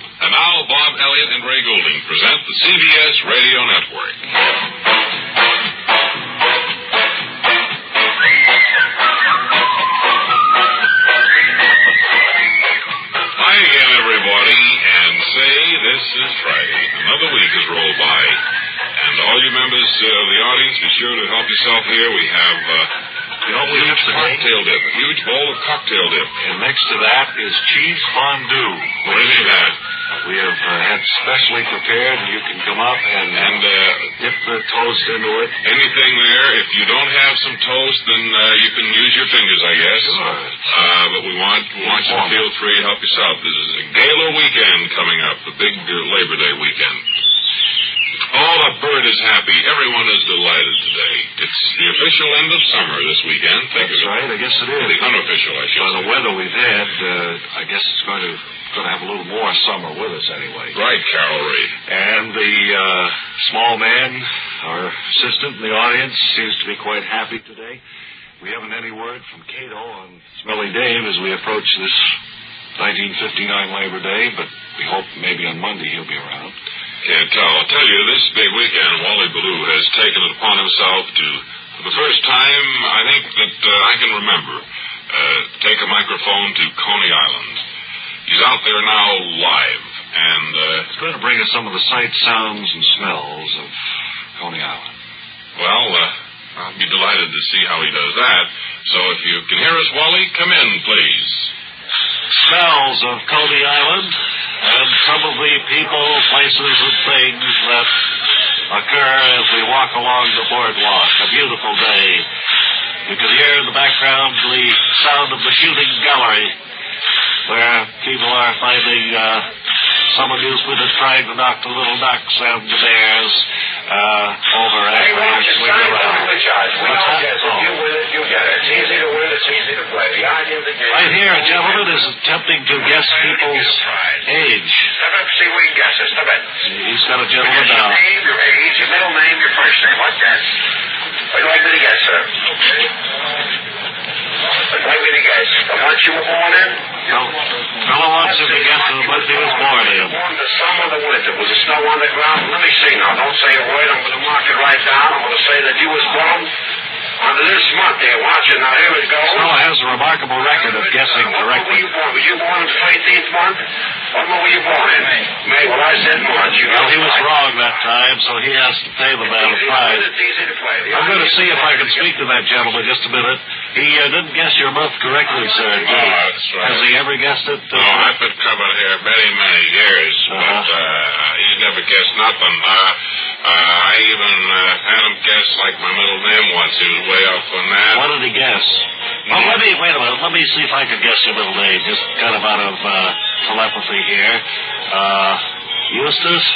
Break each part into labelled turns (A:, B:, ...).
A: Hall, Bob Elliott, and Ray Goulding present the CBS Radio Network. Hi again, everybody, and say this is Friday. Another week has rolled by, and all you members uh, of the audience, be sure to help yourself here. We have uh,
B: You know what we
A: huge
B: have today?
A: cocktail dip, a huge bowl of cocktail dip.
B: And next to that is cheese fondue.
A: Really bad.
B: We have uh, had specially prepared, and you can come up and,
A: And uh,
B: dip the toast into it.
A: Anything there. If you don't have some toast, then uh, you can use your fingers, I guess. Uh, but we want we want you to feel free to help yourself. This is a gala weekend coming up, the big uh, Labor Day weekend. All the bird is happy. Everyone is delighted today. It's the official end of summer this weekend. Think
B: That's
A: of
B: right. I guess it
A: it.
B: is.
A: The unofficial, I should
B: By the
A: say.
B: weather we've had, uh, I guess it's going to going to have a little more summer with us anyway.
A: Right, Carol Reed.
B: And the uh, small man, our assistant in the audience, seems to be quite happy today. We haven't any word from Cato on Smelly Dave as we approach this 1959 Labor Day, but we hope maybe on Monday he'll be around.
A: Can't tell. I'll tell you, this big weekend, Wally Ballou has taken it upon himself to, for the first time, I think that uh, I can remember, uh, take a microphone to Coney Island. He's out there now live, and uh,
B: It's going to bring us some of the sights, sounds, and smells of Coney Island.
A: well, uh, I'll be delighted to see how he does that. So if you can hear us, Wally, come in, please.
B: Smells of Coney Island and some of the people, places, and things that occur as we walk along the boardwalk. A beautiful day. You can hear in the background the sound of the shooting gallery where people are finding uh, some amusement in trying to knock the little ducks and the bears uh, over as
C: Hey,
B: they
C: watch it,
B: swing
C: son.
B: around.
C: Don't be charged. We
B: What's that?
C: don't guess. If you win it, you get it. It's easy to win, it's easy to play. The idea of the game.
B: Right here, a gentleman is attempting to guess people's age.
C: Step up, see if we can guess it. Step up.
B: He's got a
C: Your
B: gentleman down.
C: name, your age, your middle name, your first name. What guess? What do you like me to guess, sir? Okay. What do you like me to guess? The month you were born in?
B: No. Fellow wants him to guess the month he was born in.
C: Born the summer of the winter. Was the snow on the ground? Let me see now. Don't say a word. I'm going to mark it right down. I'm going to say that you was born on this month here. Watch it. Now, here we go.
B: Snow has a remarkable record of guessing
C: Were
B: correctly.
C: you born? Were you born in the 13th month? What month were you born in? May. May. Well, I said March. You
B: Well,
C: know.
B: he was wrong that time, so he has to pay the man a prize.
C: It's easy to play.
B: I'm going to see if I can speak to that gentleman just a minute. He uh, didn't guess your month correctly, sir. did
A: Oh,
B: he?
A: that's right.
B: Has he ever guessed it?
A: No, I've been covered here many, many years, but
B: Uh-huh.
A: uh, he never guessed nothing. Uh, uh, I even uh, had him guess like my middle name once. He was way off on that.
B: What did he guess? Well, let me wait a minute. Let me see if I can guess your middle name, just kind of out of uh, telepathy here. Uh, Eustace.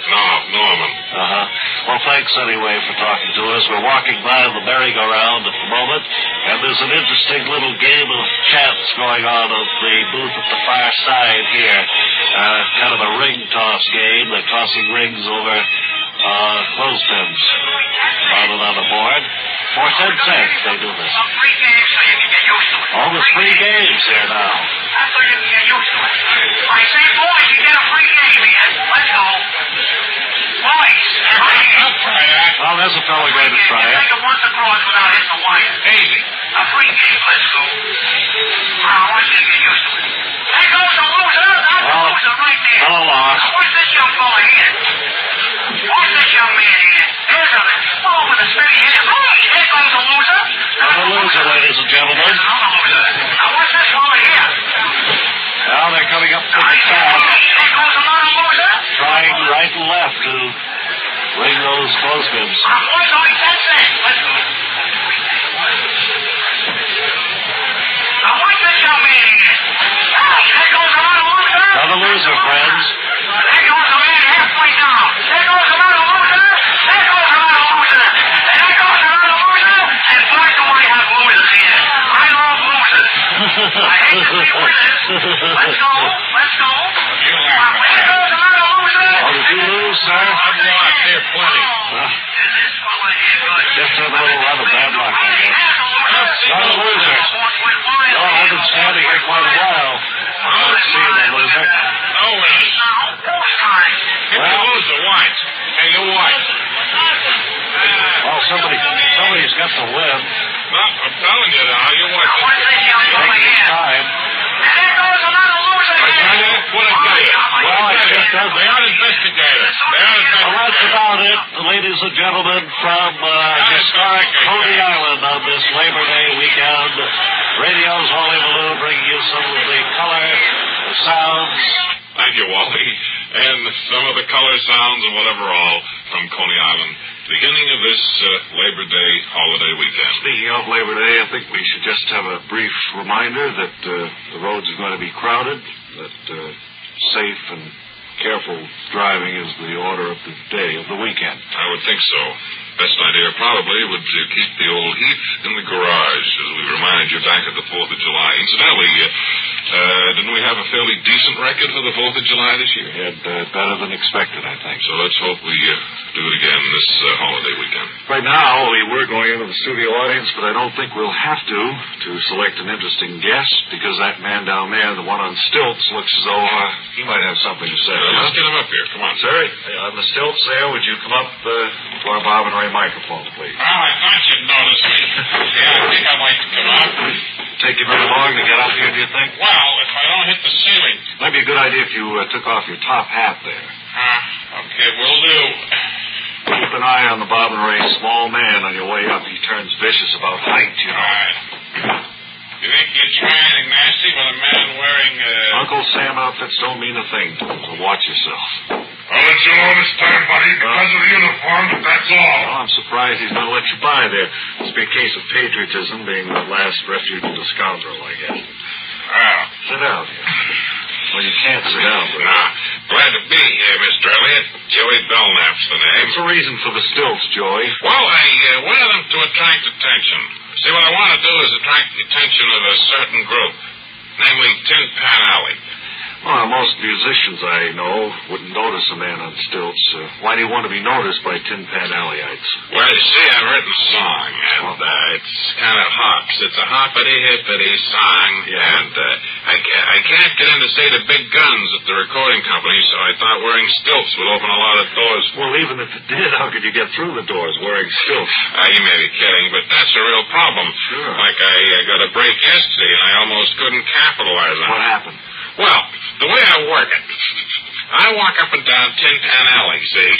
A: No, Norman.
B: Uh huh. Well, thanks anyway for talking to us. We're walking by the merry-go-round at the moment, and there's an interesting little game of chance going on at the booth at the far side here. Uh, kind of a ring toss game. They're tossing rings over uh, clothespins mounted on a board. For ten cents, they do this.
C: Free games so you can get used to it.
B: All the free games here now.
C: That's so you can get used to it. I say, boys, you get a free game again. Let's go. Boys, free game.
B: Well, there's a fellow going to try it.
C: Take it once across without hitting the wire.
A: Easy.
C: A free game. Let's go. Now, I want you to get used to it. There goes the loser. That's the
B: Well,
C: loser right there.
B: Fellow lost.
C: What's this young fella here? What's this young man here? There's a oh, with a spinning head. Hey, there goes a loser.
B: Another loser, ladies and gentlemen.
C: There's another loser. Now what's this fella here?
B: Now they're coming up to
C: Now,
B: the
C: he's
B: crowd.
C: okay. There goes another loser.
B: trying right and left to ring those clothespins.
C: I'm going on ten cents. Let's go. Now what's this young man here? Hey, there goes another loser.
B: Another loser, friends.
C: There goes a man halfway down. There goes another loser. There goes another loser. There goes another loser. And by the way, I have losers here. I love losers. I hate to be winners. Let's go. Let's go. Now, there goes another loser.
B: Oh, did you lose, sir?
A: I'm not here plenty.
B: Well,
C: Is this fella here good?
B: just a little run of bad luck, I
C: Hey,
B: guess.
C: there's a
B: Another
C: loser.
B: loser. No, I've been standing here quite a while. I don't see the loser.
A: No winners.
C: Now, Oh,
D: from uh, historic Coney Island on this Labor Day weekend. Radio's Wally Balloon bringing you some of the color, the sounds.
A: Thank you, Wally. And some of the color, sounds, and whatever all from Coney Island. Beginning of this uh, Labor Day holiday weekend.
B: Speaking of Labor Day, I think we should just have a brief reminder that uh, the roads are going to be crowded, that uh, safe and careful driving is the order of the day, of the weekend.
A: I would think so. Best idea probably would to keep the old Heath in the garage, as we reminded you back at the 4th of July. Incidentally, uh, uh, didn't we have a fairly decent record for the 4th of July this year?
B: We had uh, better than expected, I think.
A: So let's hope we uh, do it again this uh, holiday weekend.
B: Right now, we were going into the studio audience, but I don't think we'll have to to select an interesting guest because that man down there, the one on stilts, looks as though uh, he might have something to say.
A: Uh, let's get him up here. Come on.
B: Sir, uh, on the stilts there, would you come up uh, to our Bob and Ray microphone, please?
E: Well, I thought you'd notice me. yeah, I think I might come up.
B: Take you very long to get up here, do you think?
E: Well, if I don't hit the ceiling.
B: Might be a good idea if you uh, took off your top hat there.
E: Uh, okay, will do.
B: Keep an eye on the Bob and Ray small man on your way up. He turns vicious about height, you
E: All
B: know.
E: right. You think you're trying nasty with a man wearing uh,
B: Uncle Sam outfits don't mean a thing to him, so watch yourself.
A: I'll let you know this time, buddy,
B: because
A: of the uniform, that's all.
B: Well, I'm surprised he's going to let you by there. Must be a case of patriotism being the last refuge of the scoundrel, I guess.
A: Well,
B: Sit down here. Well, you can't sit down, but
A: now, glad to be here, Mr. Elliott. Joey Belknap's the name.
B: What's the reason for the stilts, Joey?
A: Well, I uh, wanted them to attract attention. See, what I want to do is attract the attention of a certain group, namely Tin Pan Alley.
B: Well, most musicians I know wouldn't notice a man on stilts. Uh, why do you want to be noticed by Tin Pan Alleyites?
A: Well, you see, I've written a song, and uh, it's kind of hops. It's a hoppity hippity song, and uh, I, ca- I can't get in to see the big guns at the recording company, so I thought wearing stilts would open a lot of doors.
B: Well, even if it did, how could you get through the doors wearing stilts?
A: Uh, you may be kidding, but that's a real problem.
B: Sure.
A: Like, I uh, got a break yesterday, and I almost couldn't capitalize on it.
B: What happened?
A: Well, the way I work it, I walk up and down Tin Pan Alley, see,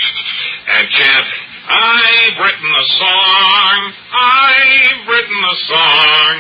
A: and chant, I've written a song, I've written a song,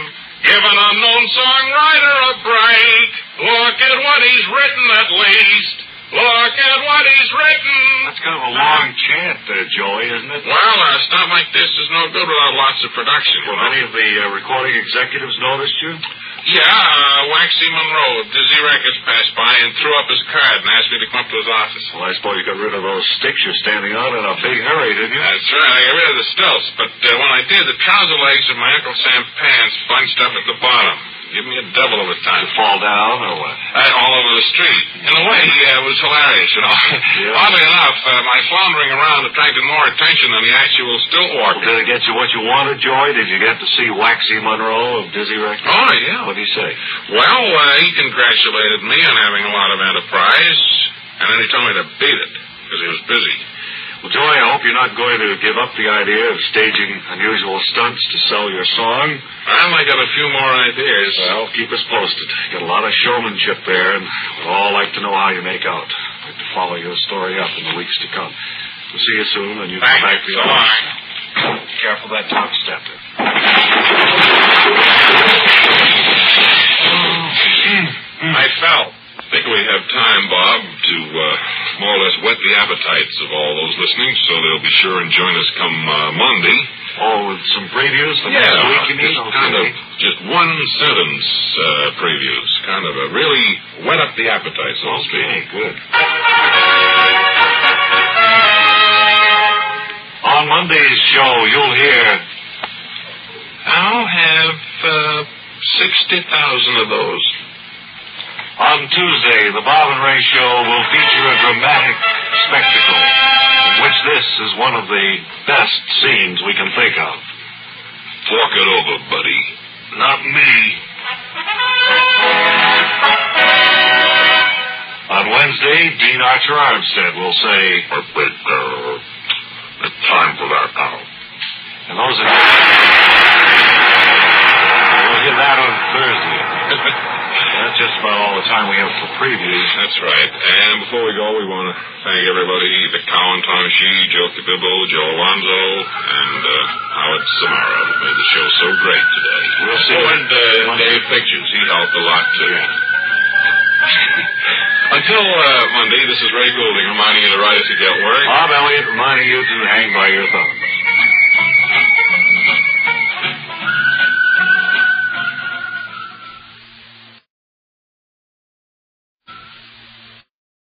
A: give an unknown songwriter a break. Look at what he's written at least. Look at what he's written.
B: That's kind of a long chant there, Joey, isn't it?
A: Well, a stunt like this is no good without lots of production. you
B: Well,
A: know.
B: many of the uh, recording executives noticed you.
A: Yeah, uh, Waxy Monroe, of Dizzy Records, passed by and threw up his card and asked me to come up to his office.
B: Well, I suppose you got rid of those sticks you're standing on in a big hurry, didn't you?
A: That's right. I got rid of the stilts, but uh, when I did, the trouser legs of my Uncle Sam pants bunched up at the bottom. Give me a devil of a time.
B: Fall down or what?
A: Uh, all over the street. In a way, uh, it was hilarious, you know.
B: Yeah.
A: Oddly enough, uh, my floundering around attracted more attention than the actual stilt walk.
B: Well, did it get you what you wanted, Joey? Did you get to see Waxy Monroe of Dizzy Records?
A: Oh, yeah.
B: What'd he say?
A: Well, uh, he congratulated me on having a lot of enterprise, and then he told me to beat it, because he was busy.
B: Well, Joey, I hope you're not going to give up the idea of staging unusual stunts to sell your song.
A: Well, I got a few more ideas.
B: Well, keep us posted. You got a lot of showmanship there, and we'd all like to know how you make out. I'd like to follow your story up in the weeks to come. We'll see you soon, and you
A: Thank
B: come back
A: you.
B: to
A: So long.
B: Careful that top step there.
A: I fell. I think we have time, Bob, to uh, more or less whet the appetites of all those listening, so they'll be sure and join us come uh, Monday. Uh,
B: Oh, with some previews for next week, you mean?
A: just kind of just one sentence uh, previews, kind of a really whet up the appetite, so to speak.
B: Okay, good. On Monday's show, you'll hear.
A: I'll have uh, sixty thousand of those.
B: On Tuesday, the Bob and Ray show will feature a dramatic spectacle, in which this is one of the best scenes we can think of.
A: Fork it over, buddy.
B: Not me. On Wednesday, Dean Archer Armstead will say,
A: Or break. Uh, it's time for that now.
B: and those are. We'll hear that on Thursday. That's just about all the
F: time we have for previews.
A: That's right. And before we go, we want to thank everybody the Cowan, Tom Shee, Joe Cabibbo, Joe Alonzo, and uh, Howard Samara, who made the show so great today.
F: We'll see
A: Oh,
F: you-
A: and uh, Dave Pictures. He helped a lot, too. Until uh, Monday, this is Ray Goulding reminding you to write if you get work.
F: Bob Elliott reminding you to hang by your thumb.